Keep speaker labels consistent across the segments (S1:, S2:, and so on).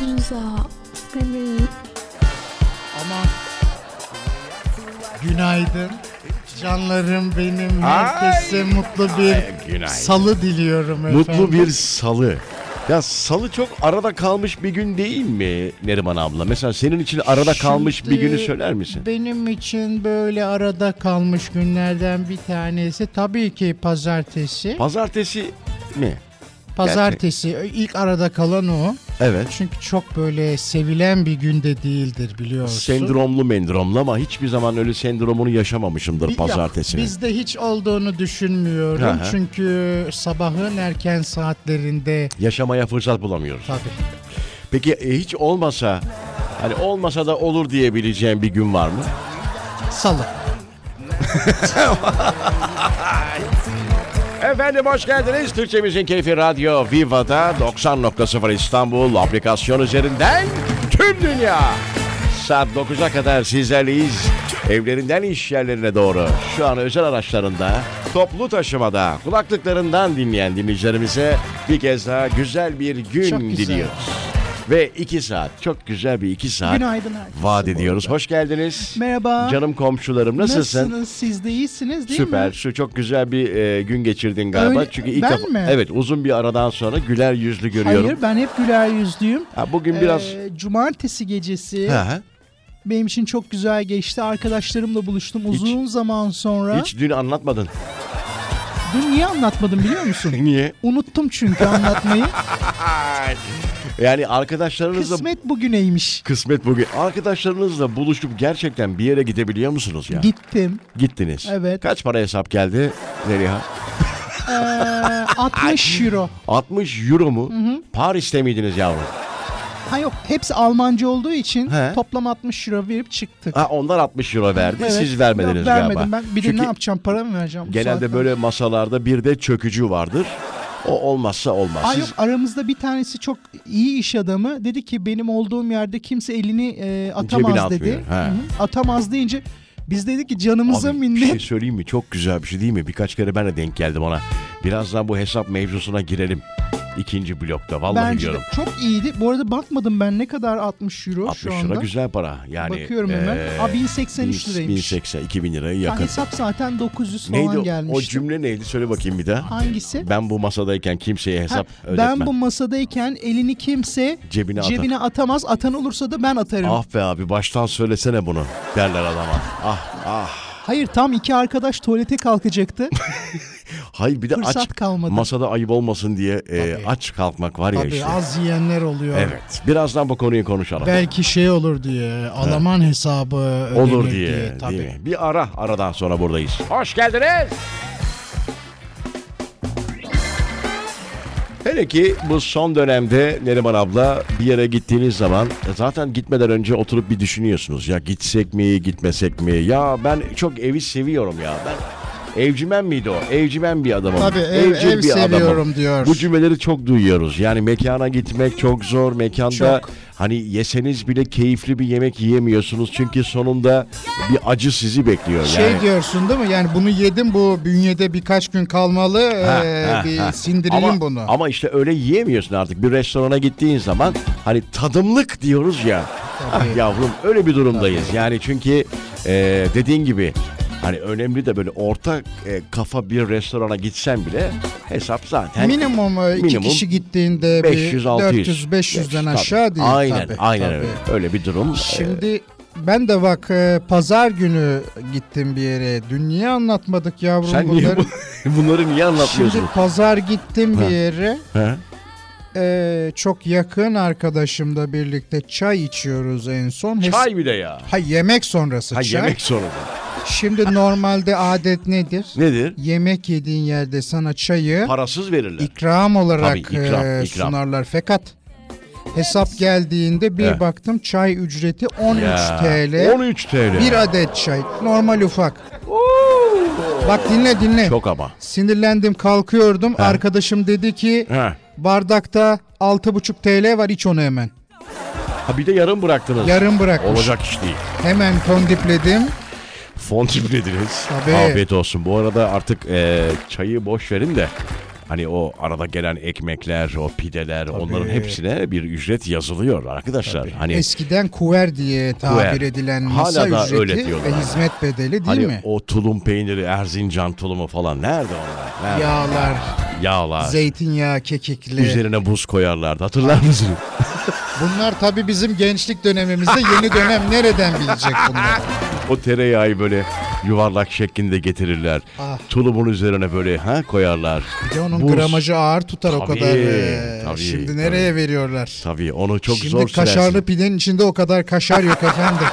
S1: Yoksa bebeğim
S2: Aman. Günaydın. Canlarım benim. Herkese mutlu bir
S3: Ay, günaydın.
S2: salı diliyorum efendim.
S3: Mutlu bir salı. Ya salı çok arada kalmış bir gün değil mi Neriman abla? Mesela senin için arada kalmış bir
S2: Şimdi
S3: günü söyler misin?
S2: Benim için böyle arada kalmış günlerden bir tanesi tabii ki pazartesi.
S3: Pazartesi mi?
S2: Pazartesi ilk arada kalan o.
S3: Evet.
S2: Çünkü çok böyle sevilen bir günde değildir biliyorsun.
S3: Sendromlu mendromlu ama hiçbir zaman öyle sendromunu yaşamamışımdır
S2: Yok,
S3: pazartesini.
S2: Bizde hiç olduğunu düşünmüyorum.
S3: Aha.
S2: Çünkü sabahın erken saatlerinde
S3: Yaşamaya fırsat bulamıyoruz.
S2: tabii.
S3: Peki e, hiç olmasa hani olmasa da olur diyebileceğin bir gün var mı?
S2: Salı.
S3: Efendim hoş geldiniz. Türkçemizin Keyfi Radyo Viva'da 90.0 İstanbul aplikasyon üzerinden tüm dünya. Saat 9'a kadar sizlerleyiz. Evlerinden iş yerlerine doğru şu an özel araçlarında, toplu taşımada, kulaklıklarından dinleyen dinleyicilerimize bir kez daha güzel bir gün
S2: Çok güzel.
S3: diliyoruz. Ve iki saat, çok güzel bir iki saat
S2: Günaydın herkese
S3: vaat
S2: bu
S3: ediyoruz. Hoş geldiniz.
S2: Merhaba.
S3: Canım komşularım nasılsın?
S2: Nasılsınız? Siz de iyisiniz değil
S3: Süper.
S2: mi?
S3: Şu çok güzel bir e, gün geçirdin galiba.
S2: Öyle-
S3: Çünkü ilk
S2: ben
S3: defa-
S2: mi?
S3: evet uzun bir aradan sonra güler yüzlü görüyorum.
S2: Hayır ben hep güler yüzlüyüm.
S3: Ha, bugün biraz
S4: Ee, cumartesi gecesi
S3: Hı hı.
S4: benim için çok güzel geçti. Arkadaşlarımla buluştum
S3: Hiç-
S4: uzun zaman sonra.
S3: hiç dün anlatmadın.
S4: Dün niye anlatmadım biliyor musun?
S3: Niye?
S4: Unuttum çünkü anlatmayı.
S3: Yani arkadaşlarınızla kısmet.
S4: Kısmet bugüneymiş.
S3: bugün. Arkadaşlarınızla buluşup gerçekten bir yere gidebiliyor musunuz ya?
S4: Gittim.
S3: Gittiniz.
S4: Evet.
S3: Kaç para hesap geldi Zeliha?
S4: Ee, 60 euro.
S3: 60 euro mu? Paris'te miydiniz yavrum?
S4: Ha yok hepsi Almanca olduğu için
S3: He.
S4: toplam 60 euro verip çıktık.
S3: Ha onlar 60 euro verdi.
S4: Evet.
S3: Siz vermediniz
S4: Yok, vermedim
S3: galiba.
S4: ben. Bir de
S3: Çünkü
S4: ne yapacağım para mı vereceğim? bu
S3: Genelde
S4: saatten?
S3: böyle masalarda bir de çökücü vardır. O olmazsa olmaz.
S4: Aa,
S3: Siz-
S4: yok aramızda bir tanesi çok iyi iş adamı dedi ki benim olduğum yerde kimse elini e, atamaz
S3: atmıyor,
S4: dedi.
S3: he.
S4: Hı hı. Atamaz deyince biz dedik ki canımıza
S3: Abi, Bir
S4: minnet.
S3: şey söyleyeyim mi? Çok güzel bir şey değil mi? Birkaç kere ben de denk geldim ona. Birazdan bu hesap mevzusuna girelim. İkinci blokta. Vallahi
S4: Bence de
S3: diyorum.
S4: çok iyiydi. Bu arada bakmadım ben ne kadar 60 euro
S3: 60
S4: şu
S3: lira
S4: anda.
S3: güzel para. Yani, e,
S4: Bakıyorum hemen. Aa, 1083 liraymış.
S3: 1080, 2000 liraya
S4: Ya
S3: yakın.
S4: hesap zaten 900 falan
S3: Neydi o-
S4: gelmişti.
S3: o cümle neydi? Söyle bakayım bir daha.
S4: Hangisi?
S3: Ben bu masadayken kimseye
S4: Ha,
S3: hesap ödetmem.
S4: ben bu masadayken elini kimse
S3: Cebine atar.
S4: cebine atamaz. Atan olursa da ben atarım.
S3: Ah be abi baştan söylesene bunu derler adama. Ah ah.
S4: Hayır tam iki arkadaş tuvalete kalkacaktı.
S3: Hayır bir de
S4: Fırsat
S3: aç.
S4: kalmadı.
S3: Masada ayıp olmasın diye e,
S2: Tabii.
S3: aç kalkmak var ya
S2: Tabii
S3: işte.
S2: az yiyenler oluyor.
S3: Evet. Birazdan bu konuyu konuşalım.
S2: Belki şey olur diye Alman hesabı ödenir
S3: olur diye,
S2: tabii.
S3: değil mi? Bir ara aradan sonra buradayız. Hoş geldiniz. Hele ki bu son dönemde Neriman abla bir yere gittiğiniz zaman e, zaten gitmeden önce oturup bir düşünüyorsunuz. Ya gitsek mi gitmesek mi? Ya ben çok evi seviyorum ya. Ben evcimen miydi o? Evcimen bir adamım.
S2: Tabii, ev-
S3: Evcil
S2: ev seviyorum diyor.
S3: Bu cümleleri çok duyuyoruz. Yani mekana gitmek çok zor. Mekanda
S2: Çok.
S3: hani yeseniz bile keyifli bir yemek yiyemiyorsunuz. Çünkü sonunda bir acı sizi bekliyor.
S2: Şey
S3: yani.
S2: diyorsun değil mi? Yani bunu yedim bu bünyede birkaç gün kalmalı.
S3: Ha,
S2: ee,
S3: ha,
S2: bir
S3: ha.
S2: sindireyim
S3: ama,
S2: bunu.
S3: Ama işte öyle yiyemiyorsun artık. Bir restorana gittiğin zaman hani tadımlık diyoruz ya.
S2: Tabii.
S3: Ah yavrum öyle bir durumdayız. Yani çünkü e, dediğin gibi hani önemli de böyle orta e, kafa bir restorana gitsen bile hesap zaten
S2: minimum, e, iki
S3: minimum
S2: kişi gittiğinde
S3: 500 600
S2: 400 500'den
S3: Tabii.
S2: aşağı değil
S3: Aynen
S2: tabii,
S3: aynen
S2: tabii.
S3: öyle. Öyle bir durum. Ee,
S2: Şimdi ben de bak e, pazar günü gittim bir yere. Dün niye anlatmadık yavrum
S3: sen niye
S2: bunları?
S3: bu- bunları niye anlatmıyorsun?
S2: Şimdi pazar gittim bir yere.
S3: Ha?
S2: E, çok yakın arkadaşımla birlikte çay içiyoruz en son. Hes-
S3: Çay bir de ya.
S2: Ha yemek sonrası
S3: Ha
S2: çay.
S3: yemek sorunu.
S2: Şimdi normalde adet nedir?
S3: Nedir?
S2: Yemek yediğin yerde sana çayı
S3: Parasız verirler.
S2: ikram olarak
S3: Tabii, ikram,
S2: e,
S3: ikram.
S2: sunarlar. Fakat hesap geldiğinde bir
S3: Evet.
S2: baktım çay ücreti 13
S3: Eh. Ya,
S2: TL.
S3: 13 TL.
S2: Bir adet çay. Normal ufak. Bak dinle dinle.
S3: Çok ama.
S2: Sinirlendim kalkıyordum. Arkadaşım dedi ki
S3: Ha.
S2: bardakta 6,5 TL var iç onu hemen.
S3: ha bir de yarım bıraktınız.
S2: Yarım bırakmış.
S3: Olacak iş değil.
S2: Hemen fondipledim.
S3: Fon tiplediniz.
S2: Tabii.
S3: Afiyet olsun. Bu arada artık e, çayı boş verin de Hani o arada gelen ekmekler, o pideler onların hepsine bir ücret yazılıyor arkadaşlar. Hani
S2: Eskiden kuver diye tabir
S3: Kuver.
S2: edilen
S3: Hala
S2: masa
S3: da
S2: ücreti
S3: öyle diyorlar.
S2: ve hizmet bedeli değil
S3: hani
S2: mi?
S3: o tulum peyniri, Erzincan tulumu falan nerede onlar? Nerede?
S2: Yağlar,
S3: Yağlar.
S2: zeytinyağı, kekikli.
S3: Üzerine buz koyarlardı. Hatırlar mısınız?
S2: Bunlar tabii bizim gençlik dönemimizde yeni dönem nereden bilecek bunları?
S3: O tereyağı böyle yuvarlak şeklinde getirirler.
S2: Ah.
S3: Tulumun üzerine böyle ha koyarlar.
S2: Bir de onun
S3: Buz.
S2: gramajı ağır tutar o
S3: Tabii,
S2: kadar. ee,
S3: tabii,
S2: Şimdi nereye veriyorlar?
S3: Tabii onu çok
S2: Şimdi
S3: zor
S2: kaşarlı
S3: sürersin.
S2: pidenin içinde o kadar kaşar yok efendim.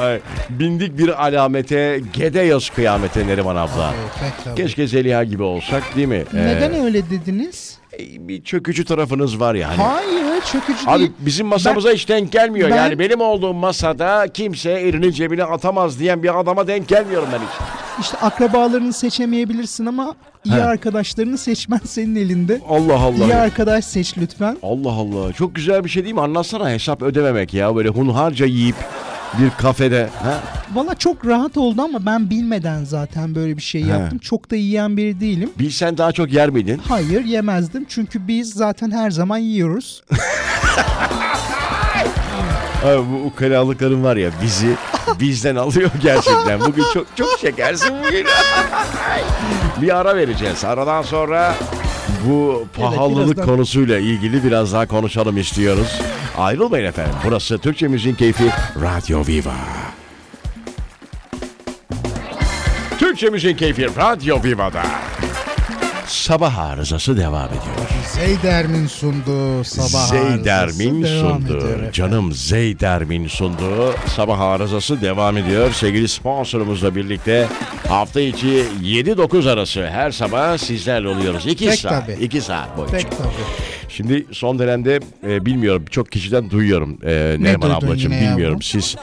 S3: Ay, bindik bir alamete gede yaz kıyamete Neriman abla.
S2: Pek tabii.
S3: Keşke Zeliha gibi olsak değil mi? Ee,
S5: Neden öyle dediniz?
S3: e, bir çökücü tarafınız var yani.
S5: Hayır çökücü
S3: Abi
S5: değil.
S3: bizim masamıza hiç denk gelmiyor.
S5: ben-
S3: Yani benim olduğum masada kimse elini cebine atamaz diyen bir adama denk gelmiyorum ben hiç.
S5: İşte akrabalarını seçemeyebilirsin ama iyi arkadaşlarını seçmen senin elinde.
S3: Allah Allah.
S5: İyi arkadaş seç lütfen.
S3: Allah Allah. Çok güzel bir şey değil mi? Anlatsana hesap ödememek ya. Böyle hunharca yiyip bir kafede. Ha?
S5: Valla çok rahat oldu ama ben bilmeden zaten böyle bir şey yaptım. Çok da yiyen biri değilim.
S3: Bilsen daha çok yer miydin?
S5: Hayır yemezdim çünkü biz zaten her zaman yiyoruz.
S3: Abi bu ukalalıkların var ya bizi bizden alıyor gerçekten. Bugün çok çok şekersin bugün. bir ara vereceğiz. Aradan sonra bu pahalılık
S5: birazdan.
S3: konusuyla ilgili biraz daha konuşalım istiyoruz. Ayrılmayın efendim. Burası Türkçe Müziğin Keyfi Radyo Viva. Türkçe Müziğin Keyfi Radyo Viva'da. Sabah arızası devam ediyor.
S2: Zeydermin sundu sabah
S3: Zeydermin
S2: arızası devam ediyor
S3: sundu.
S2: efendim.
S3: Canım Zeydermin sundu. Sabah arızası devam ediyor. Sevgili sponsorumuzla birlikte hafta içi 7-9 arası her sabah sizlerle oluyoruz. 2
S2: Pek
S3: saat.
S2: tabii.
S3: 2 saat boyunca.
S2: Pek tabii.
S3: Şimdi son dönemde e, bilmiyorum çok kişiden duyuyorum e, Neriman
S2: duydun
S3: ablacığım
S2: yine
S3: bilmiyorum.
S2: yavrum?
S3: Siz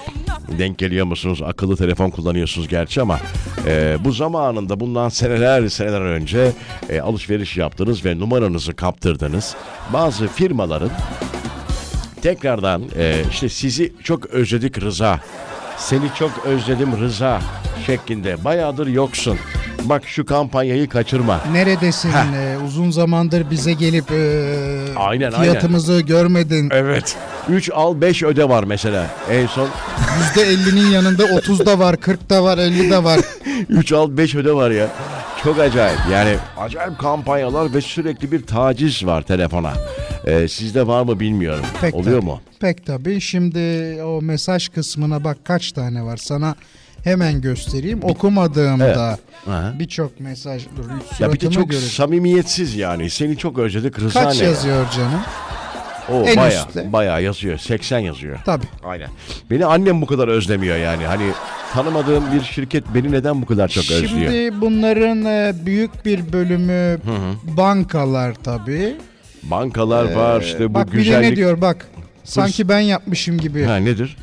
S3: denk geliyor musunuz? Akıllı telefon kullanıyorsunuz gerçi ama e, bu zamanında bundan seneler seneler önce e, alışveriş yaptınız ve numaranızı kaptırdınız. Bazı firmaların tekrardan e, işte sizi çok özledik Rıza. Seni çok özledim Rıza şeklinde bayağıdır yoksun. Bak şu kampanyayı kaçırma.
S2: Neredesin? Ee, uzun zamandır bize gelip ee,
S3: Aynen,
S2: fiyatımızı görmedin.
S3: Evet. 3 al 5 öde var mesela. En son
S2: %50'nin yanında 30 da var, 40 da var, 50 de var.
S3: 3 al 5 öde var ya. Çok acayip. Yani acayip kampanyalar ve sürekli bir taciz var telefona. Ee, sizde var mı bilmiyorum.
S2: Pek
S3: Oluyor
S2: tabii.
S3: mu?
S2: Pek tabii. Şimdi o mesaj kısmına bak kaç tane var sana hemen göstereyim. Okumadığımda
S3: Aha.
S2: birçok mesaj dur suratımı
S3: Ya bir de çok
S2: görün.
S3: samimiyetsiz yani. Seni çok özledik Rıza
S2: Kaç
S3: ne ya?
S2: yazıyor canım?
S3: Oo,
S2: En
S3: bayağı,
S2: üstte.
S3: bayağı yazıyor. 80 yazıyor.
S2: Tabii.
S3: Aynen. Beni annem bu kadar özlemiyor yani. Hani tanımadığım bir şirket beni neden bu kadar çok özlüyor?
S2: Şimdi bunların e, büyük bir bölümü bankalar tabii.
S3: Bankalar var işte bu
S2: ee, bak bir de
S3: güzellik.
S2: ne diyor bak. Sanki ben yapmışım gibi.
S3: Ha nedir?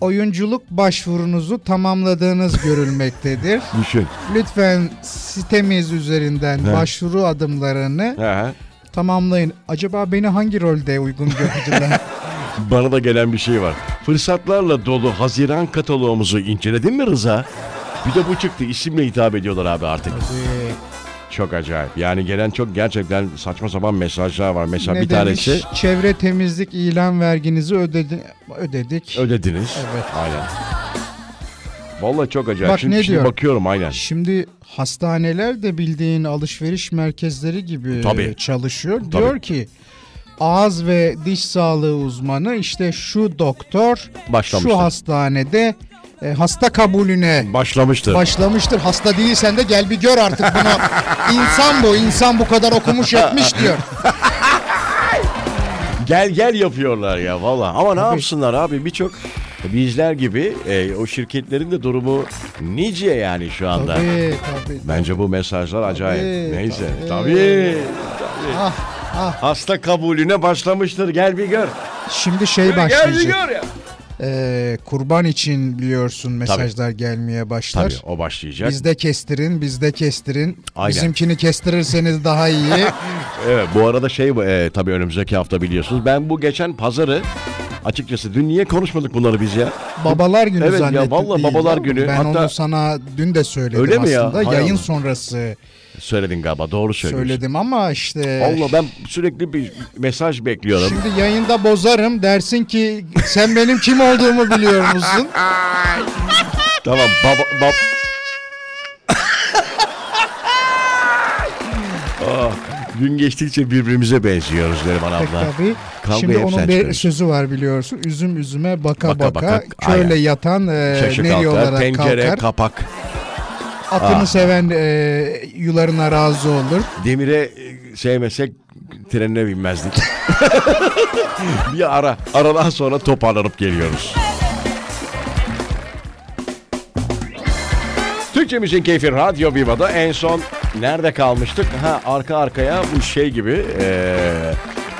S2: Oyunculuk başvurunuzu tamamladığınız görülmektedir.
S3: Düşün.
S2: Lütfen sitemiz üzerinden başvuru adımlarını
S3: Ha.
S2: tamamlayın. Acaba beni hangi rolde uygun gördüler?
S3: Bana da gelen bir şey var. Fırsatlarla dolu Haziran kataloğumuzu inceledin mi Rıza? Bir de bu çıktı. İsimle hitap ediyorlar abi artık.
S2: Ee,
S3: Çok acayip. Yani gelen çok gerçekten saçma sapan mesajlar var. Mesela
S2: ne
S3: bir şey-
S2: demiş?
S3: tanesi
S2: Çevre temizlik ilan verginizi ödedi ödedik.
S3: ödediniz.
S2: Evet.
S3: Aynen. Vallahi çok acayip.
S2: Bak
S3: şimdi,
S2: ne
S3: şimdi
S2: diyor?
S3: bakıyorum aynen.
S2: Şimdi hastaneler de bildiğin alışveriş merkezleri gibi e,
S3: Tabii.
S2: çalışıyor. Diyor ki ağız ve diş sağlığı uzmanı işte şu doktor
S3: Başlamıştır.
S2: şu hastanede e, hasta kabulüne
S3: Başlamıştır.
S2: başlamıştır. Hasta değilsen de gel bir gör artık bunu. insan bu, insan bu kadar okumuş etmiş diyor.
S3: Gel gel yapıyorlar ya valla. Ama ne yapsınlar abi birçok bizler gibi e, o şirketlerin de durumu nice yani şu anda.
S2: Tabii, tabii.
S3: Bence bu mesajlar acayip.
S2: Tabii,
S3: Neyse. Tabii.
S2: tabii. Ah,
S3: tabii. Hasta kabulüne başlamıştır. Gel bir gör.
S2: Şimdi şey
S3: Gel bir
S2: başlayacak.
S3: gör ya.
S2: E, kurban için biliyorsun mesajlar gelmeye başlar.
S3: Tabii o başlayacak.
S2: Bizde kestirin, bizde kestirin.
S3: Aynen.
S2: Bizimkini kestirirseniz daha iyi.
S3: Evet bu arada şey e, tabii önümüzdeki hafta biliyorsunuz. Ben bu geçen pazarı Açıkçası dün niye konuşmadık bunları biz ya?
S2: Babalar günü
S3: Evet ya,
S2: zannettim.
S3: vallahi
S2: değil
S3: babalar
S2: ama
S3: günü.
S2: Ben
S3: Hatta-
S2: onu sana dün de söyledim
S3: Öyle mi ya?
S2: aslında.
S3: Hay
S2: Yayın
S3: Allah.
S2: sonrası
S3: Söyledin galiba doğru söylüyorsun.
S2: söyledim ama işte...
S3: Allah ben sürekli bir mesaj bekliyorum.
S2: Şimdi yayında bozarım dersin ki sen benim kim olduğumu biliyor musun?
S3: Tamam baba bab Ah, gün geçtikçe birbirimize benziyoruz Neriman abla.
S2: Tabii.
S3: Kavga
S2: Şimdi
S3: hep sen
S2: onun bir
S3: çıkarıyorsun.
S2: sözü var biliyorsun. Üzüm üzüme baka
S3: Baka
S2: baka,
S3: baka,
S2: köyle
S3: aynen.
S2: yatan e,
S3: Şaşı
S2: neri
S3: kalkar,
S2: olarak
S3: pencere,
S2: kalkar.
S3: kapak. Ah.
S2: Atını seven e, yularına razı olur.
S3: Demire e, sevmesek trenine binmezdik. bir ara. Aradan sonra toparlanıp geliyoruz. Türkçe Müzik Keyfi Radyo Viva'da en son nerede kalmıştık? Ha arka arkaya bu şey gibi e,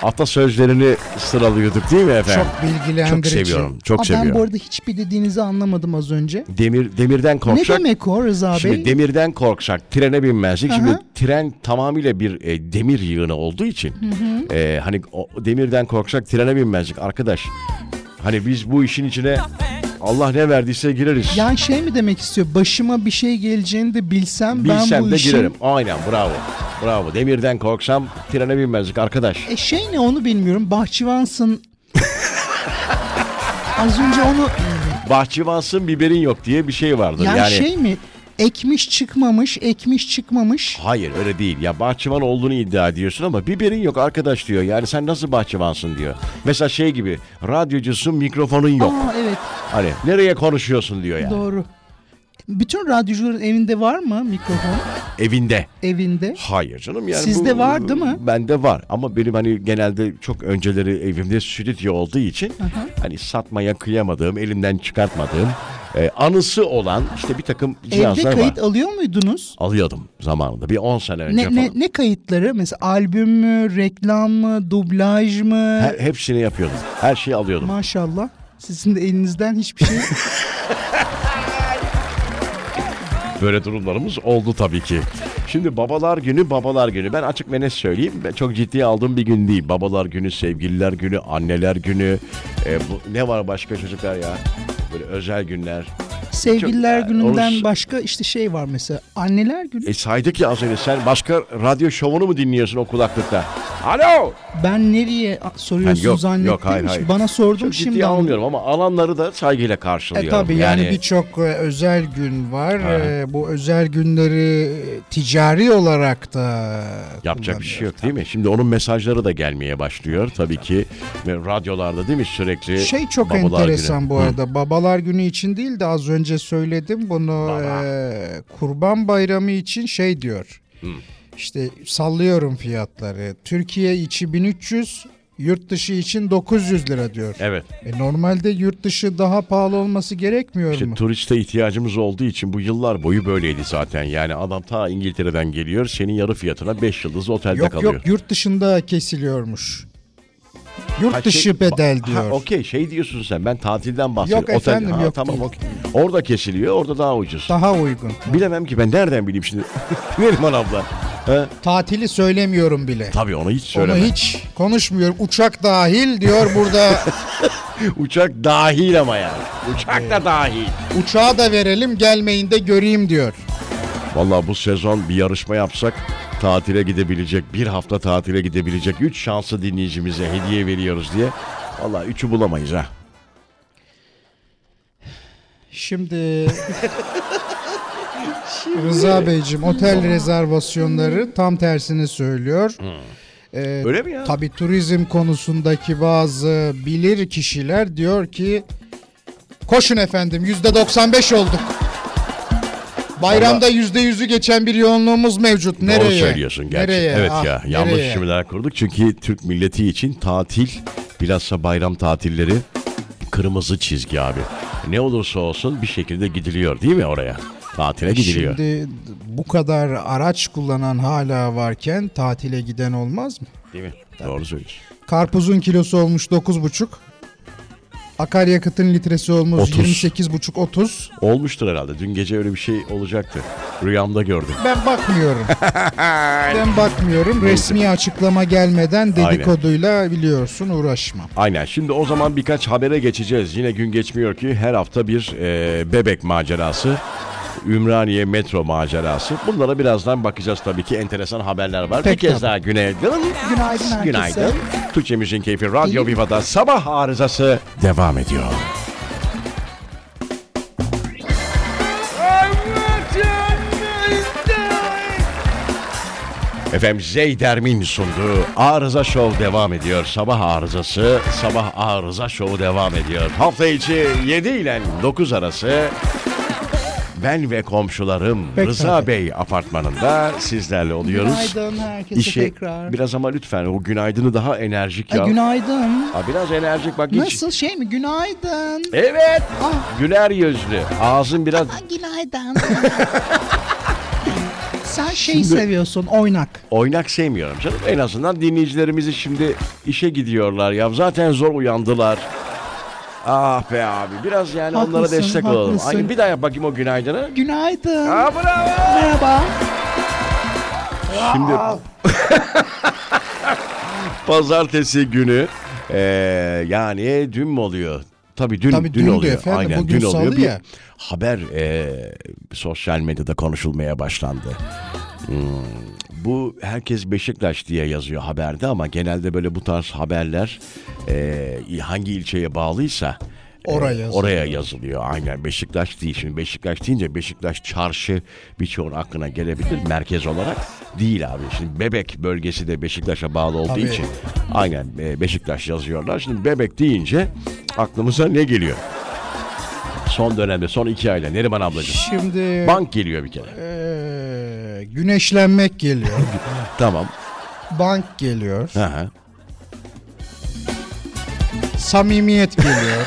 S3: atasözlerini sıralıyorduk değil mi efendim?
S2: Çok bilgilendirici.
S3: Çok seviyorum. Çok
S5: Aa,
S3: seviyorum.
S5: Ben bu arada hiçbir dediğinizi anlamadım az önce.
S3: Demir demirden
S5: Ne
S3: korksak.
S5: demek o Rıza
S3: Şimdi
S5: Bey?
S3: demirden korksak trene binmezdik.
S5: Aha.
S3: Şimdi tren tamamıyla bir e, demir yığını olduğu için e, hani o, demirden korksak trene binmezdik arkadaş. Hani biz bu işin içine Allah ne verdiyse gireriz.
S5: yani şey mi demek istiyor? Başıma bir şey geleceğini de bilsem, ben
S3: Bilsem
S5: bu
S3: de
S5: işin...
S3: girerim. Aynen bravo. Bravo. Demirden korksam trene binmezdik arkadaş.
S5: E şey ne onu bilmiyorum. Bahçıvansın. az önce onu...
S3: Bahçıvansın biberin yok diye bir şey vardır.
S5: Yani,
S3: Yani,
S5: E- şey mi? Ekmiş çıkmamış, ekmiş çıkmamış.
S3: Hayır öyle değil. Ya bahçıvan olduğunu iddia ediyorsun ama biberin yok arkadaş diyor. Yani sen nasıl bahçıvansın diyor. Mesela şey gibi radyocusun mikrofonun yok.
S5: Aa evet
S3: Hani nereye konuşuyorsun diyor yani.
S5: doğru. Bütün radyocuların evinde var mı mikrofon?
S3: Evinde.
S5: Evinde.
S3: Hayır canım yani.
S5: E, Sizde var değil mi?
S3: Bende var ama benim hani genelde çok önceleri evimde stüdyo olduğu için hani satmaya kıyamadığım, elimden çıkartmadığım e, anısı olan işte bir takım
S5: Evde
S3: cihazlar
S5: kayıt
S3: var.
S5: alıyor muydunuz?
S3: Alıyordum zamanında bir 10 sene önce
S5: Ne,
S3: falan.
S5: ne, ne kayıtları? Mesela albüm mü, reklam mı, dublaj mı?
S3: He- hepsini yapıyordum. Her şeyi alıyordum.
S5: Maşallah. Sizin de elinizden hiçbir şey.
S3: Böyle durumlarımız oldu tabii ki. Şimdi babalar günü babalar günü. Ben açık ve net söyleyeyim. Ben çok ciddiye aldığım bir gün değil. Babalar günü, sevgililer günü, anneler günü. E, bu, ne var başka çocuklar ya? Böyle özel günler.
S5: Sevgililer
S3: Çok-
S5: gününden
S3: Oruç-
S5: başka işte şey var mesela. Anneler günü.
S3: E saydık ya az önce sen başka radyo şovunu mu dinliyorsun o kulaklıkta? Alo!
S5: Ben nereye a- soruyorsun
S3: Yani yok,
S5: zannettim.
S3: yok, hayır, hayır.
S5: Bana sordum
S3: Çok
S5: şimdi.
S3: ciddiye
S5: anladım.
S3: almıyorum ama alanları da saygıyla karşılıyorum.
S2: E tabii yani, birçok e, özel gün var.
S3: Aha.
S2: E, bu özel günleri ticari olarak da
S3: Yapacak bir şey
S2: kullanıyoruz.
S3: yok değil mi? Şimdi onun mesajları da gelmeye başlıyor tabii ki. Ve radyolarda değil mi sürekli?
S2: Şey çok
S3: babalar günü.
S2: enteresan bu
S3: Hı.
S2: arada. Babalar günü için değil de az önce söyledim bunu
S3: Baba.
S2: e, Kurban Bayramı için şey diyor. İşte sallıyorum fiyatları. Türkiye içi 1300, yurt dışı için 900 lira diyor.
S3: Evet.
S2: E, normalde yurt dışı daha pahalı olması gerekmiyor
S3: İşte
S2: mu?
S3: turiste ihtiyacımız olduğu için bu yıllar boyu böyleydi zaten. Yani adam ta İngiltere'den geliyor senin yarı fiyatına 5 yıldız otelde
S2: Yok
S3: kalıyor.
S2: yok yurt dışında kesiliyormuş. Yurt
S3: Ha, şey-
S2: dışı bedel
S3: Ha,
S2: diyor.
S3: Okey şey diyorsun sen ben tatilden bahsediyorum.
S2: Yok efendim,
S3: ha,
S2: yok
S3: Tamam
S2: değil.
S3: okey. Orada kesiliyor orada daha ucuz.
S2: Daha uygun.
S3: Bilemem ki ben nereden bileyim şimdi. Neriman abla. Ha?
S2: Tatili söylemiyorum bile.
S3: Tabii onu hiç
S2: Onu
S3: söyleme.
S2: hiç konuşmuyorum. Uçak dahil diyor burada.
S3: Uçak dahil ama yani. Uçak da dahil.
S2: Uçağı da verelim gelmeyin de göreyim diyor.
S3: Valla bu sezon bir yarışma yapsak tatile gidebilecek, bir hafta tatile gidebilecek 3 şanslı dinleyicimize hediye veriyoruz diye. Valla 3'ü bulamayız ha.
S2: Şimdi Rıza Beyciğim otel rezervasyonları tam tersini söylüyor. Ee,
S3: Öyle mi ya?
S2: Tabii turizm konusundaki bazı bilir kişiler diyor ki koşun efendim yüzde 95 olduk. Bayramda yüzde yüzü geçen bir yoğunluğumuz mevcut. Nereye?
S3: Doğru söylüyorsun gerçekten.
S2: Nereye?
S3: Evet
S2: Ah,
S3: ya yanlış
S2: nereye?
S3: cümleler kurduk. Çünkü Türk milleti için tatil bilhassa bayram tatilleri kırmızı çizgi abi. Ne olursa olsun bir şekilde gidiliyor değil mi oraya? Tatile gidiliyor.
S2: Şimdi bu kadar araç kullanan hala varken tatile giden olmaz mı?
S3: Değil mi? Doğru söylüyorsun.
S2: Karpuzun kilosu olmuş 9,5. Akaryakıtın litresi olmuş
S3: Otuz.
S2: 28,5-30.
S3: Olmuştur herhalde. Dün gece öyle bir şey olacaktı. Rüyamda gördüm.
S2: Ben bakmıyorum. ben bakmıyorum. Resmi açıklama gelmeden dedikoduyla biliyorsun uğraşmam.
S3: Aynen. Şimdi o zaman birkaç habere geçeceğiz. Yine gün geçmiyor ki her hafta bir e, bebek macerası, Ümraniye metro macerası. Bunlara birazdan bakacağız tabii ki. Enteresan haberler var.
S2: Pek
S3: bir kez
S2: tabii.
S3: daha günaydın.
S5: Günaydın herkese.
S3: Günaydın. Türkçe Müziğin Keyfi Radyo Viva'da sabah arızası devam ediyor. Efendim Zeydermin sunduğu Arıza Show devam ediyor. Sabah arızası, sabah arıza şovu devam ediyor. Hafta içi 7 ile 9 arası ben ve komşularım Rıza Bey apartmanında sizlerle oluyoruz.
S5: Günaydın herkese
S3: İşe
S5: tekrar.
S3: biraz ama lütfen o günaydını daha enerjik
S5: Ay,
S3: ya.
S5: günaydın.
S3: Ha, biraz enerjik bak hiç.
S5: Nasıl Ah. şey mi? Günaydın.
S3: Evet. Güler yüzlü. Ağzın biraz
S5: Ay, günaydın. Sen şey seviyorsun oynak.
S3: oynak sevmiyorum canım. En azından dinleyicilerimizi şimdi işe gidiyorlar ya. Zaten zor uyandılar. Ah be abi. Biraz yani onlara
S5: Haklısın,
S3: destek olalım.
S5: haklısın.
S3: Ay, bir daha yap bakayım o günaydını.
S5: Günaydın.
S3: Ha, bravo.
S5: Merhaba.
S3: Şimdi pazartesi günü eee, yani dün mü oluyor? Tabii dün,
S2: Tabii
S3: dün
S2: dündü
S3: oluyor.
S2: efendim,
S3: Aynen
S2: bugün
S3: dün oluyor.
S2: salı
S3: Bir
S2: ya.
S3: haber eee, sosyal medyada konuşulmaya başlandı. Hmm, Bu herkes Beşiktaş diye yazıyor haberde ama genelde böyle bu tarz haberler eee, hangi ilçeye bağlıysa eee,
S2: Oraya yazılıyor.
S3: oraya yazılıyor. Aynen Beşiktaş değil. Şimdi Beşiktaş deyince Beşiktaş çarşı birçoğun aklına gelebilir merkez olarak. Değil abi. Şimdi Bebek bölgesi de Beşiktaş'a bağlı olduğu
S2: Tabii.
S3: için. Aynen e, Beşiktaş yazıyorlar. Şimdi Bebek deyince aklımıza ne geliyor? Son dönemde son iki ayda Neriman ablacığım.
S2: Şimdi
S3: Bank geliyor bir kere.
S2: eee, Ee, güneşlenmek geliyor.
S3: Tamam.
S2: Bank geliyor.
S3: Hı hı.
S2: Samimiyet geliyor.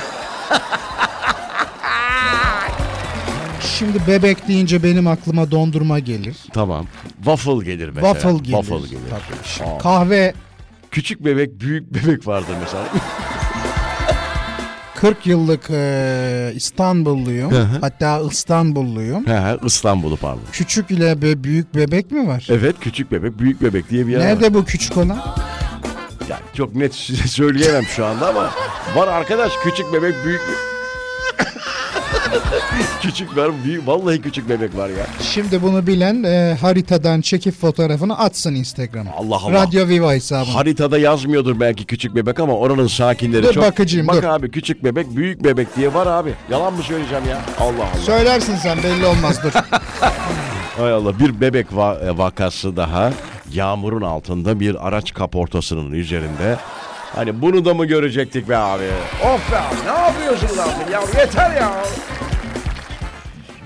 S2: Şimdi bebek deyince benim aklıma dondurma gelir.
S3: Tamam. Waffle gelir mesela.
S2: Waffle gelir.
S3: Waffle gelir.
S2: Tabii. Şimdi
S3: Aa.
S2: Kahve
S3: Küçük bebek, büyük bebek vardır mesela.
S2: 40 yıllık eee, İstanbulluyum. Hatta İstanbulluyum.
S3: Hı hı, İstanbul'u pardon.
S2: Küçük ile be- büyük bebek mi var?
S3: Evet küçük bebek, büyük bebek diye bir yer var.
S2: Nerede bu küçük olan?
S3: Yani çok net size söyleyemem şu anda ama var arkadaş küçük bebek büyük küçük var büyük vallahi küçük bebek var ya.
S2: Şimdi bunu bilen e, haritadan çekip fotoğrafını atsın Instagram'a.
S3: Allah Allah.
S2: Radyo Viva hesabına.
S3: Haritada yazmıyordur belki küçük bebek ama oranın sakinleri
S2: Dur
S3: çok.
S2: bakacağım,
S3: Bak
S2: dur.
S3: abi küçük bebek büyük bebek diye var abi. Yalan mı söyleyeceğim ya? Allah Allah.
S2: Söylersin sen belli olmaz dur.
S3: Hay Allah bir bebek va- e, vakası daha yağmurun altında bir araç kaportasının üzerinde. Hani bunu da mı görecektik be abi? Of be abi ne yapıyorsunuz artık ya yeter ya.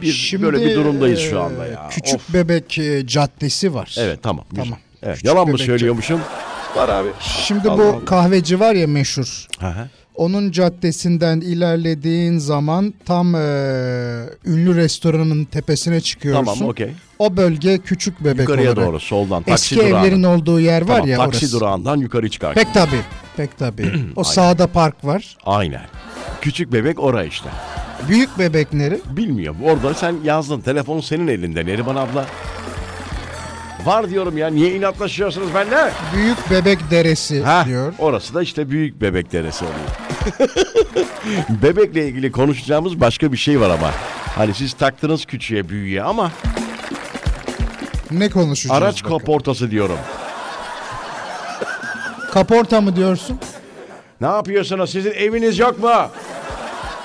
S3: Bir,
S2: Şimdi,
S3: böyle bir durumdayız şu anda
S2: e,
S3: ya.
S2: Küçük
S3: Of.
S2: bebek e, caddesi var.
S3: Evet tamam. güzel.
S2: Tamam.
S3: Evet,
S2: Küçük
S3: yalan mı
S2: bebek
S3: söylüyormuşum? Var abi.
S2: Şimdi
S3: Allah
S2: bu
S3: Allah.
S2: kahveci var ya meşhur.
S3: Hı hı.
S2: Onun caddesinden ilerlediğin zaman tam e, ünlü restoranın tepesine çıkıyorsun.
S3: Tamam okey.
S2: O bölge küçük bebek
S3: Yukarıya
S2: olarak.
S3: doğru soldan taksi
S2: Eski
S3: durağına.
S2: evlerin olduğu yer var
S3: Tamam,
S2: ya
S3: taksi
S2: orası.
S3: durağından yukarı çıkar.
S2: Pek tabii. Pek tabii. o sağda park var.
S3: Aynen. Küçük bebek ora işte.
S2: Büyük bebekleri
S3: Bilmiyorum. Orada sen yazdın. Telefon senin elinde Neriman abla. Var diyorum ya. Niye inatlaşıyorsunuz benimle?
S2: büyük bebek deresi
S3: Ha,
S2: diyor.
S3: Orası da işte büyük bebek deresi oluyor. Bebekle ilgili konuşacağımız başka bir şey var ama. Hani siz taktınız küçüğe büyüğe ama
S2: Ne konuşacağız?
S3: araç
S2: bakalım?
S3: kaportası diyorum.
S2: Kaporta mı diyorsun?
S3: Ne yapıyorsunuz? Sizin eviniz yok mu?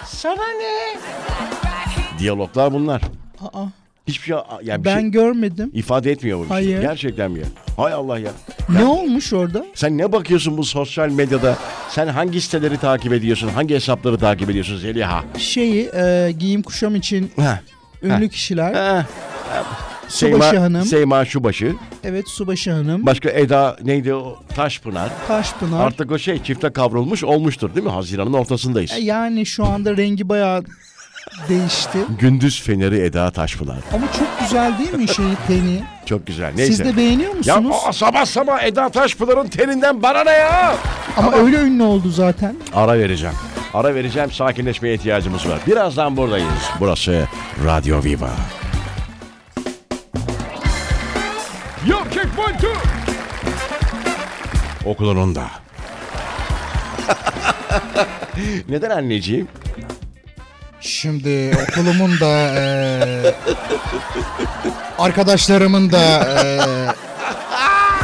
S5: Sana ne?
S3: Diyaloglar bunlar.
S5: Aa,
S3: Hiçbir şey yani bir
S5: ben
S3: şey
S5: görmedim.
S3: ifade etmiyor bu bir şey.
S5: Hayır.
S3: Gerçekten mi? ya? Hay Allah ya.
S5: Ne olmuş orada?
S3: Sen ne bakıyorsun bu sosyal medyada? Sen hangi siteleri takip ediyorsun? Hangi hesapları takip ediyorsun Zeliha?
S5: Şeyi e, giyim kuşam için
S3: Heh.
S5: ünlü kişiler.
S3: Heh. Şey,
S5: Subaşı Hanım.
S3: Seyma Şubaşı.
S5: Evet Subaşı Hanım.
S3: Başka Eda neydi o? Taşpınar.
S5: Taşpınar.
S3: Artık o şey çifte kavrulmuş olmuştur değil mi? Haziran'ın ortasındayız.
S5: E, Yani şu anda rengi bayağı değişti.
S3: Gündüz Feneri Eda Taşpınar.
S5: Ama çok güzel değil mi şeyi teni?
S3: Çok güzel. Neyse.
S5: Siz de beğeniyor musunuz?
S3: ya aa, sabah sabah Eda Taşpınar'ın teninden bana ne ya?
S5: Ama öyle ünlü oldu zaten.
S3: Ara vereceğim. Ara vereceğim sakinleşmeye ihtiyacımız var. Birazdan buradayız. Burası Radyo Viva. Yok kick one two. Okulun onda. Neden anneciğim?
S5: Şimdi okulumun da eee, arkadaşlarımın da e, eee,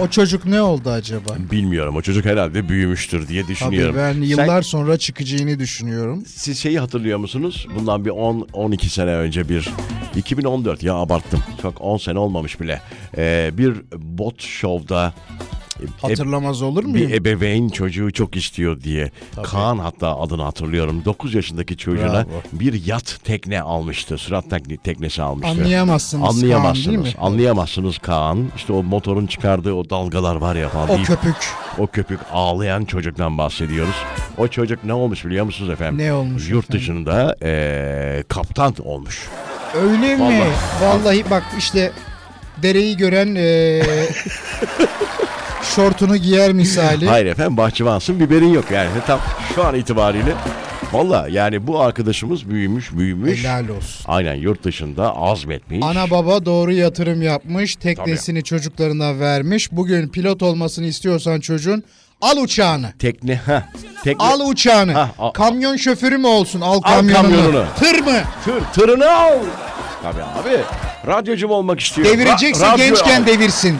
S5: o çocuk ne oldu acaba?
S3: Bilmiyorum o çocuk herhalde büyümüştür diye düşünüyorum.
S5: Abi ben
S3: Sen-
S5: yıllar sonra çıkacağını düşünüyorum.
S3: siz şeyi hatırlıyor musunuz? Bundan bir 10-12 sene önce bir 2014 ya abarttım. Çok 10 sene olmamış bile. Ee, bir bot şovda e,
S5: Hatırlamaz olur
S3: bir
S5: muyum?
S3: ebeveyn çocuğu çok istiyor diye. Kaan hatta adını hatırlıyorum. 9 yaşındaki çocuğuna
S5: Bravo.
S3: bir yat tekne almıştı. Sürat tekne, teknesi almıştı.
S5: Anlayamazsınız Kaan,
S3: Anlayamazsınız.
S5: değil mi?
S3: Anlayamazsınız Kaan. İşte o motorun çıkardığı o dalgalar var ya falan.
S5: O
S3: deyip-
S5: köpük.
S3: o köpük ağlayan çocuktan bahsediyoruz. O çocuk ne olmuş biliyor musunuz efendim?
S5: Ne olmuş
S3: Yurt
S5: efendim?
S3: dışında eee, kaptan olmuş.
S5: Öyle mi?
S3: Vallahi.
S5: Vallahi, bak işte dereyi gören eee, şortunu giyer misali.
S3: Hayır efendim bahçıvansın biberin yok yani. E, Tam şu an itibariyle. Valla yani bu arkadaşımız büyümüş büyümüş.
S5: Helal olsun.
S3: Aynen yurt dışında azmetmiş.
S5: Ana baba doğru yatırım yapmış, teknesini çocuklarına vermiş. Bugün pilot olmasını istiyorsan çocuğun al uçağını.
S3: Tekne ha. Tekne.
S5: Al uçağını.
S3: Ha, al-
S5: Kamyon şoförü mü olsun? Al kamyonunu.
S3: kamyonunu.
S5: Tır mı?
S3: Tır, tırını al. Tabii abi. Radyocum olmak istiyorum. Ra-
S5: Devirecekse
S3: radyo
S5: gençken
S3: al.
S5: devirsin.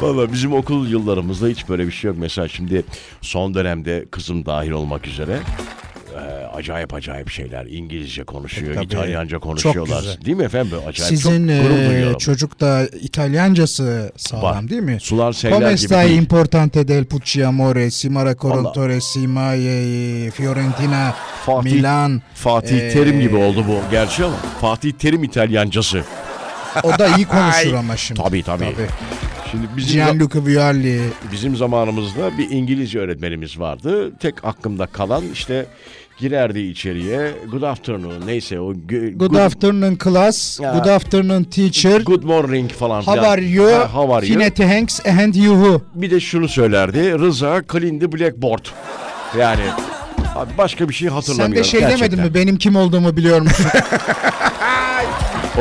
S3: Valla bizim okul yıllarımızda hiç böyle bir şey yok. Mesela şimdi son dönemde kızım dahil olmak üzere e, acayip acayip şeyler. İngilizce konuşuyor,
S5: E, tabii.
S3: İtalyanca
S5: Çok
S3: konuşuyorlar.
S5: güzel.
S3: Değil mi efendim? Böyle acayip
S5: Sizin
S3: çok gurur
S5: eee,
S3: duyuyorum.
S5: çocuk da İtalyancası sağlam
S3: Var.
S5: değil mi?
S3: Sular seller
S5: Come
S3: gibi
S5: stai
S3: değil.
S5: importante del Pucciamore, Simara
S3: Allah.
S5: Corontore, Simaye, Fiorentina,
S3: Fatih-
S5: Milan.
S3: Fatih
S5: Ee,
S3: Terim gibi oldu bu gerçi ama Fatih Terim İtalyancası.
S5: O da iyi konuşur
S3: Ay.
S5: ama şimdi.
S3: Tabii, tabii. Şimdi bizim
S5: Gianluca Vialli.
S3: Bizim zamanımızda bir İngilizce öğretmenimiz vardı. Tek aklımda kalan işte girerdi içeriye. Good afternoon neyse o gö-
S5: Good afternoon class.
S3: Ya.
S5: Good afternoon teacher.
S3: good morning falan
S5: How
S3: filan.
S5: are you?
S3: Ha, how are you?
S5: Finete Hanks and you who?
S3: Bir de şunu söylerdi. Rıza clean the blackboard. Yani abi başka bir şey
S5: Sen
S3: hatırlamıyorum.
S5: de şey
S3: gerçekten.
S5: demedin mi? Benim kim olduğumu biliyor musun?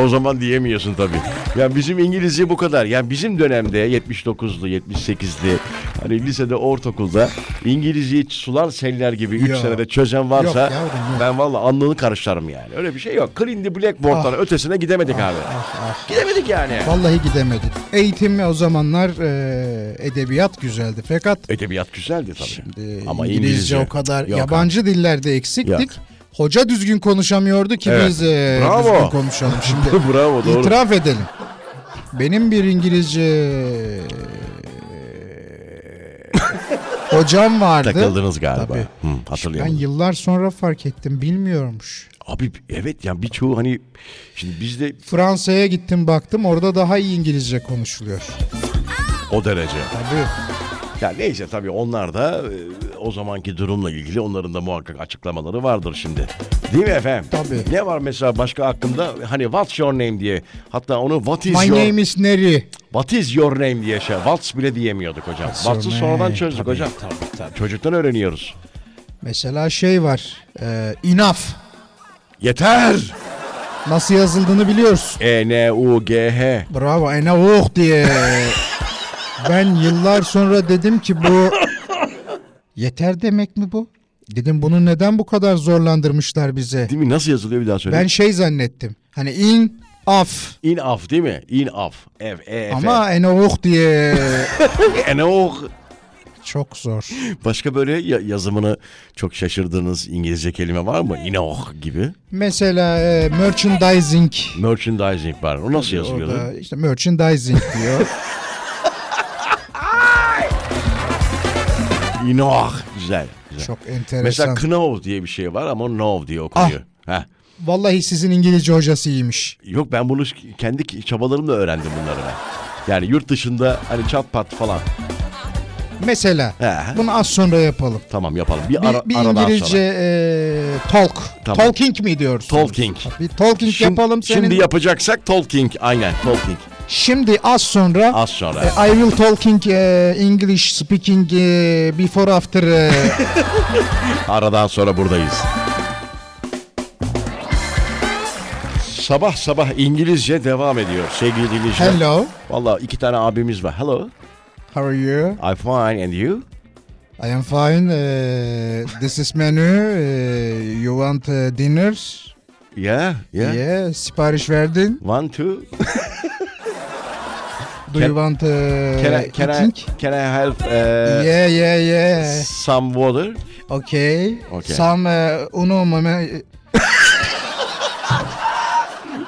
S3: O zaman diyemiyorsun tabii. Ya bizim İngilizce bu kadar. Yani bizim dönemde 79'lu, 78'li hani lisede, ortaokulda İngilizceyi sular seller gibi 3
S5: Yok.
S3: senede çözen varsa
S5: Yok yavrum, yok.
S3: ben valla alnını karışlarım yani. Öyle bir şey yok. Clean the blackboard'dan
S5: Ah.
S3: ötesine gidemedik abi. Gidemedik yani.
S5: Vallahi gidemedik. Eğitim o zamanlar e, edebiyat güzeldi. Fakat
S3: Edebiyat güzeldi tabii.
S5: Şimdi
S3: Ama
S5: İngilizce,
S3: İngilizce
S5: o kadar
S3: Yok
S5: yabancı dillerde eksiktik.
S3: Yok.
S5: Hoca düzgün konuşamıyordu ki
S3: Evet.
S5: biz e,
S3: Bravo.
S5: düzgün konuşalım şimdi.
S3: Bravo doğru.
S5: İtiraf edelim. Benim bir İngilizce e, hocam vardı.
S3: Takıldınız galiba.
S5: Tabii.
S3: Hı,
S5: Ben
S3: hatırlayamadım.
S5: yıllar sonra fark ettim bilmiyormuş.
S3: Abi evet yani birçoğu hani şimdi bizde
S5: Fransa'ya gittim baktım orada daha iyi İngilizce konuşuluyor.
S3: o derece.
S5: Tabii.
S3: Ya neyse tabii onlar da e, o zamanki durumla ilgili onların da muhakkak açıklamaları vardır şimdi. Değil mi efendim?
S5: Tabii.
S3: Ne var mesela başka aklımda hani what's your name diye hatta onu what is
S5: My
S3: your
S5: name is Neri.
S3: what is your name diye şey what's bile diyemiyorduk hocam. What's'ı
S5: your
S3: sonradan
S5: name?
S3: çözdük hocam. Çocuktan öğreniyoruz.
S5: Mesela şey var. E, enough.
S3: Yeter.
S5: Nasıl yazıldığını biliyorsun.
S3: E N U G H.
S5: Bravo ene oh diye. ben yıllar sonra dedim ki bu yeter demek mi bu? Dedim bunu neden bu kadar zorlandırmışlar bize?
S3: Değil mi? Nasıl yazılıyor bir daha söyle.
S5: Ben şey zannettim. Hani in af
S3: In af değil mi? In af. F E F.
S5: ama ene oh diye
S3: E, N O G.
S5: çok zor.
S3: Başka böyle ya- yazımını çok şaşırdığınız İngilizce kelime var mı? In of gibi.
S5: Mesela e, merchandising.
S3: Merchandising var. O nasıl yazılıyor?
S5: Orada işte merchandising diyor.
S3: İnoh. Güzel. güzel.
S5: Çok enteresan. Ah!
S3: Mesela Knov diye bir şey var ama Nov diye okunuyor. Heh.
S5: Vallahi sizin İngilizce hocasıymış.
S3: Yok ben bunu kendi ki- çabalarımla öğrendim bunları ben. Yani yurt dışında hani çat pat falan.
S5: Mesela
S3: He.
S5: bunu az sonra yapalım.
S3: Tamam yapalım. Bir, ara,
S5: Bir, bir
S3: aradan
S5: İngilizce
S3: sonra.
S5: e, talk.
S3: Tamam.
S5: Talking mi diyorsun?
S3: Talking.
S5: Bir talking
S3: Şimdi-
S5: yapalım senin.
S3: Şimdi yapacaksak talking. Aynen talking.
S6: Şimdi az sonra
S3: Az sonra.
S6: e, I will talking e, English speaking e, before after e,
S3: Aradan sonra buradayız. Sabah sabah İngilizce devam ediyor sevgili dinleyiciler.
S6: hello
S3: Valla iki tane abimiz var. Hello,
S6: how are you
S3: I'm fine and you?
S6: I am fine e, this is menu e, you want e, dinner
S3: Yeah, yeah.
S6: yeah. sipariş verdin
S3: One, two.
S6: do
S3: Can-
S6: you want e,
S3: Can I, can I,
S6: eating?
S3: can I help eh,
S6: yeah yeah yeah
S3: some water?
S6: okay,
S3: Okay.
S6: some e, uno meme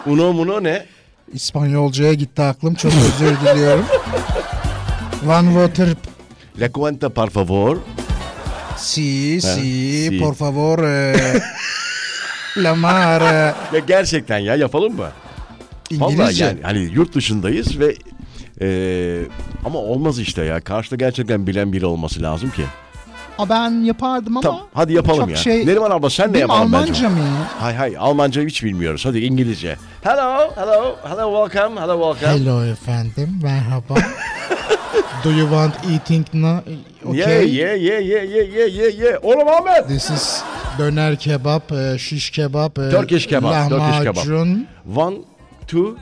S3: Uno muno ne?
S6: İspanyolcaya gitti aklım çok özür diliyorum one water
S3: La cuenta par favor.
S6: Si, si,
S3: si.
S6: por favor. eh,
S5: e,
S6: la mar. eh,
S3: Ya gerçekten ya yapalım mı? Vallahi
S6: İngilizce.
S3: yani hani yurt dışındayız ve eh, ama olmaz işte ya. Karşıda gerçekten bilen biri olması lazım ki.
S7: Aa, ben yapardım ama
S3: Tamam hadi yapalım
S7: çok
S3: ya.
S7: şey-
S3: Neriman abla sen de
S7: benim
S3: yapalım bence.
S7: Almanca mı ya?
S3: Hay hay Almanca hiç bilmiyoruz. Hadi İngilizce. Hello, hello, hello welcome, hello welcome.
S2: Hello efendim, merhaba. Do you want eating now?
S3: Yeah,
S2: Okay.
S3: yeah, yeah, yeah, yeah, yeah, yeah, yeah. Oğlum Ahmet.
S2: This is döner kebap, e, şiş kebap, e,
S3: Turkish kebap, Turkish kebap.
S2: lahmacun,
S3: One, two,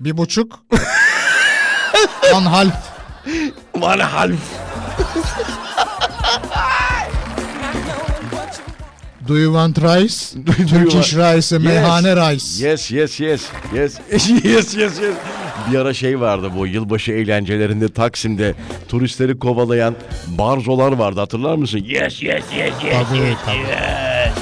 S6: Bir buçuk. One half.
S3: one half.
S6: Do you want rice? Turkish rice, eh, meyhane rice.
S3: Yes, yes, yes, yes, yes, yes, yes. Bir ara şey vardı bu yılbaşı eğlencelerinde Taksim'de turistleri kovalayan barzolar vardı hatırlar mısın? Yes, yes, yes, yes, yes, yes.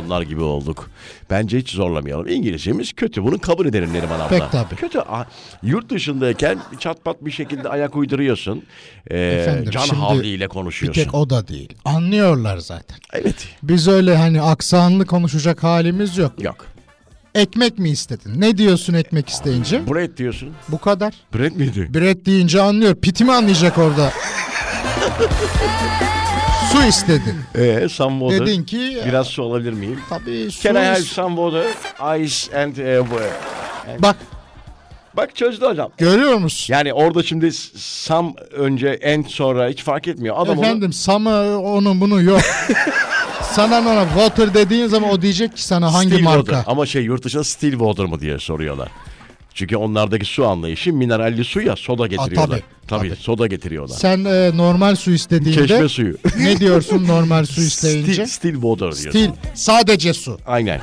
S3: Onlar gibi olduk. Bence hiç zorlamayalım. İngilizcemiz kötü. Bunu kabul edelim Neriman abla.
S2: Pek tabii.
S3: Kötü. Ah, Yurt dışındayken çat pat bir şekilde ayak uyduruyorsun. Ee,
S2: Efendim,
S3: can
S2: şimdi
S3: havliyle
S2: Bir
S3: konuşuyorsun.
S2: tek o da değil. Anlıyorlar zaten.
S3: Evet.
S2: Biz öyle hani aksanlı konuşacak halimiz yok.
S3: Yok.
S2: Ekmek mi istedin? Ne diyorsun ekmek isteyince?
S3: Bread diyorsun.
S2: Bu kadar.
S3: Bread miydi?
S2: Bread deyince anlıyor. Pitimi anlayacak orada. Su istedin.
S3: Ee, some water.
S2: Dedin ki
S3: Biraz su alabilir miyim?
S2: tabii su
S3: Can I have
S2: is-
S3: some water, ice and eh, water?
S2: Bak
S3: Bak çözdü hocam.
S2: görüyor musun?
S3: Yani orada şimdi s- some önce and sonra hiç fark etmiyor. Adam onu-
S2: Efendim samı onu bunu yok. sana ona water dediğin zaman o diyecek ki sana hangi
S3: Still
S2: marka?
S3: water. Ama şey yurt dışında still water mı diye soruyorlar. Çünkü onlardaki su anlayışı mineralli su ya soda getiriyorlar.
S2: tabii,
S3: tabii,
S2: tabii.
S3: soda getiriyorlar.
S2: Sen e, normal su istediğinde
S3: Çeşme suyu.
S2: ne diyorsun normal su
S3: Still,
S2: isteyince?
S3: still water diyorsun.
S2: Stil. Sadece su.
S3: Aynen.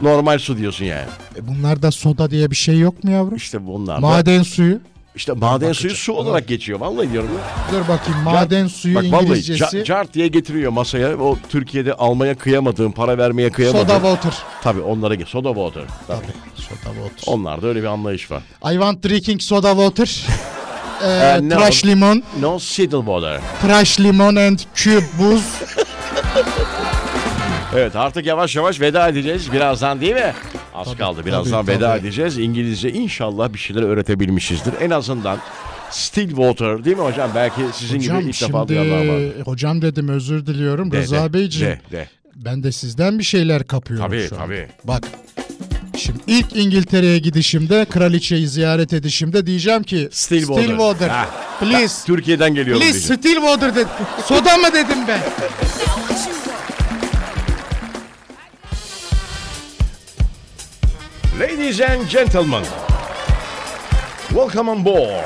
S3: Normal su diyorsun yani.
S2: E, bunlarda soda diye bir şey yok mu yavrum?
S3: İşte bunlar. da-
S2: Maden suyu.
S3: işte maden suyu su olarak geçiyor. Vallahi diyorum ya.
S2: Dur bakayım maden suyu
S3: Bak vallahi
S2: İngilizcesi.
S3: ca- cart diye getiriyor masaya. O Türkiye'de almaya kıyamadığın, para vermeye kıyamadığın.
S2: soda water.
S3: Tabii onlara geç. Soda water. Tabii.
S2: Soda water.
S3: Onlarda öyle bir anlayış var.
S2: I want drinking soda water. E,
S3: E, no.
S2: Tıraş limon.
S3: No siddle water.
S2: Tıraş limon and cube buz.
S3: Evet artık yavaş yavaş veda edeceğiz. Birazdan değil mi? Az kaldı. Birazdan
S2: tabii,
S3: veda
S2: tabii.
S3: edeceğiz. İngilizce inşallah bir şeyler öğretebilmişizdir. En azından still water değil mi hocam? Belki sizin gibi
S2: Hocam
S3: ilk defa
S2: şimdi
S3: duyanlar var.
S2: hocam dedim özür diliyorum
S3: De,
S2: Rıza
S3: de,
S2: Beyciğim.
S3: de, de.
S2: Ben de sizden bir şeyler kapıyorum
S3: Tabii,
S2: şu an.
S3: tabii.
S2: Bak şimdi ilk İngiltere'ye gidişimde kraliçeyi ziyaret edişimde diyeceğim ki
S3: Still water. Ha.
S2: Please.
S3: Türkiye'den geliyorum
S2: Please
S3: diyeceğim.
S2: still water dedim. Soda mı dedim ben?
S3: Ladies and gentlemen, welcome on board.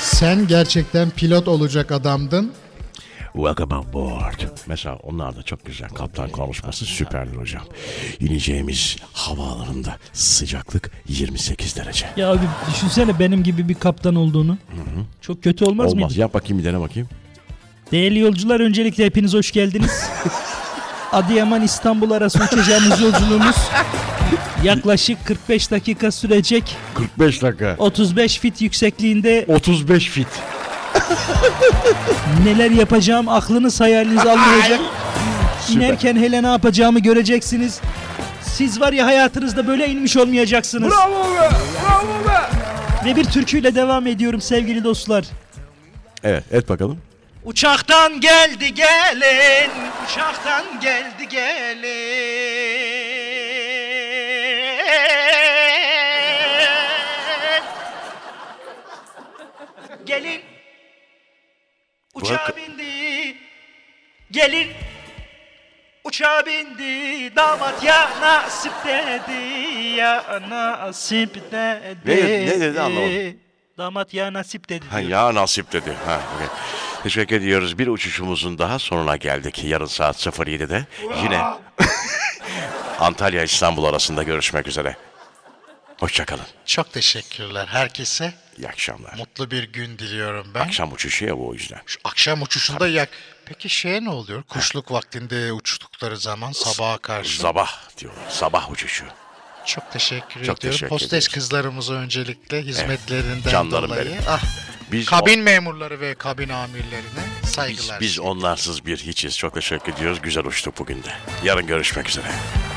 S2: Sen gerçekten pilot olacak adamdın.
S3: Welcome on board. Mesela onlar da çok güzel. Kaptan konuşması süperdir hocam. İneceğimiz havaalanında sıcaklık 28 derece.
S5: Ya abi düşünsene benim gibi bir kaptan olduğunu. Çok kötü olmaz,
S3: Olmaz.
S5: mıydı?
S3: Yap bakayım bir dene bakayım.
S5: Değerli yolcular öncelikle hepiniz hoş geldiniz. Adıyaman İstanbul arası uçacağımız yolculuğumuz yaklaşık 45 dakika sürecek.
S3: 45 dakika.
S5: 35 fit yüksekliğinde
S3: 35 fit.
S5: neler yapacağım aklınız hayaliniz almayacak. İnerken hele ne yapacağımı göreceksiniz. Siz var ya hayatınızda böyle inmiş olmayacaksınız. Ve bir türküyle devam ediyorum sevgili dostlar.
S3: Evet et bakalım.
S5: Uçaktan geldi gelin, uçaktan geldi gelin. Gelin uçağa bindi damat ya nasip dedi ya nasip dedi.
S3: Ne- ne dedi anlamadım.
S5: Damat ya nasip dedi.
S3: Ha,
S5: diyor.
S3: ya nasip dedi. Ha, okey. Teşekkür ediyoruz. Bir uçuşumuzun daha sonuna geldik. Yarın saat 07'de yine Antalya İstanbul arasında görüşmek üzere. Hoşçakalın.
S8: Çok teşekkürler herkese.
S3: İyi akşamlar.
S8: Mutlu bir gün diliyorum ben.
S3: Akşam uçuşu ya bu o yüzden.
S8: Şu akşam uçuşunda yak. Peki şeye ne oluyor? Kuşluk vaktinde uçtukları zaman sabaha karşı.
S3: Sabah diyorlar. Sabah uçuşu.
S8: Çok teşekkür
S3: Çok
S8: ediyorum.
S3: teşekkür
S8: Hostes
S3: ediyoruz.
S8: kızlarımıza öncelikle hizmetlerinden
S3: canlarım
S8: dolayı.
S3: benim.
S8: Ah,
S3: Biz
S8: kabin memurları ve kabin amirlerine
S3: Biz,
S8: saygılar.
S3: biz onlarsız bir hiçiz. Çok teşekkür ediyoruz. Güzel uçtuk bugün de. Yarın görüşmek üzere.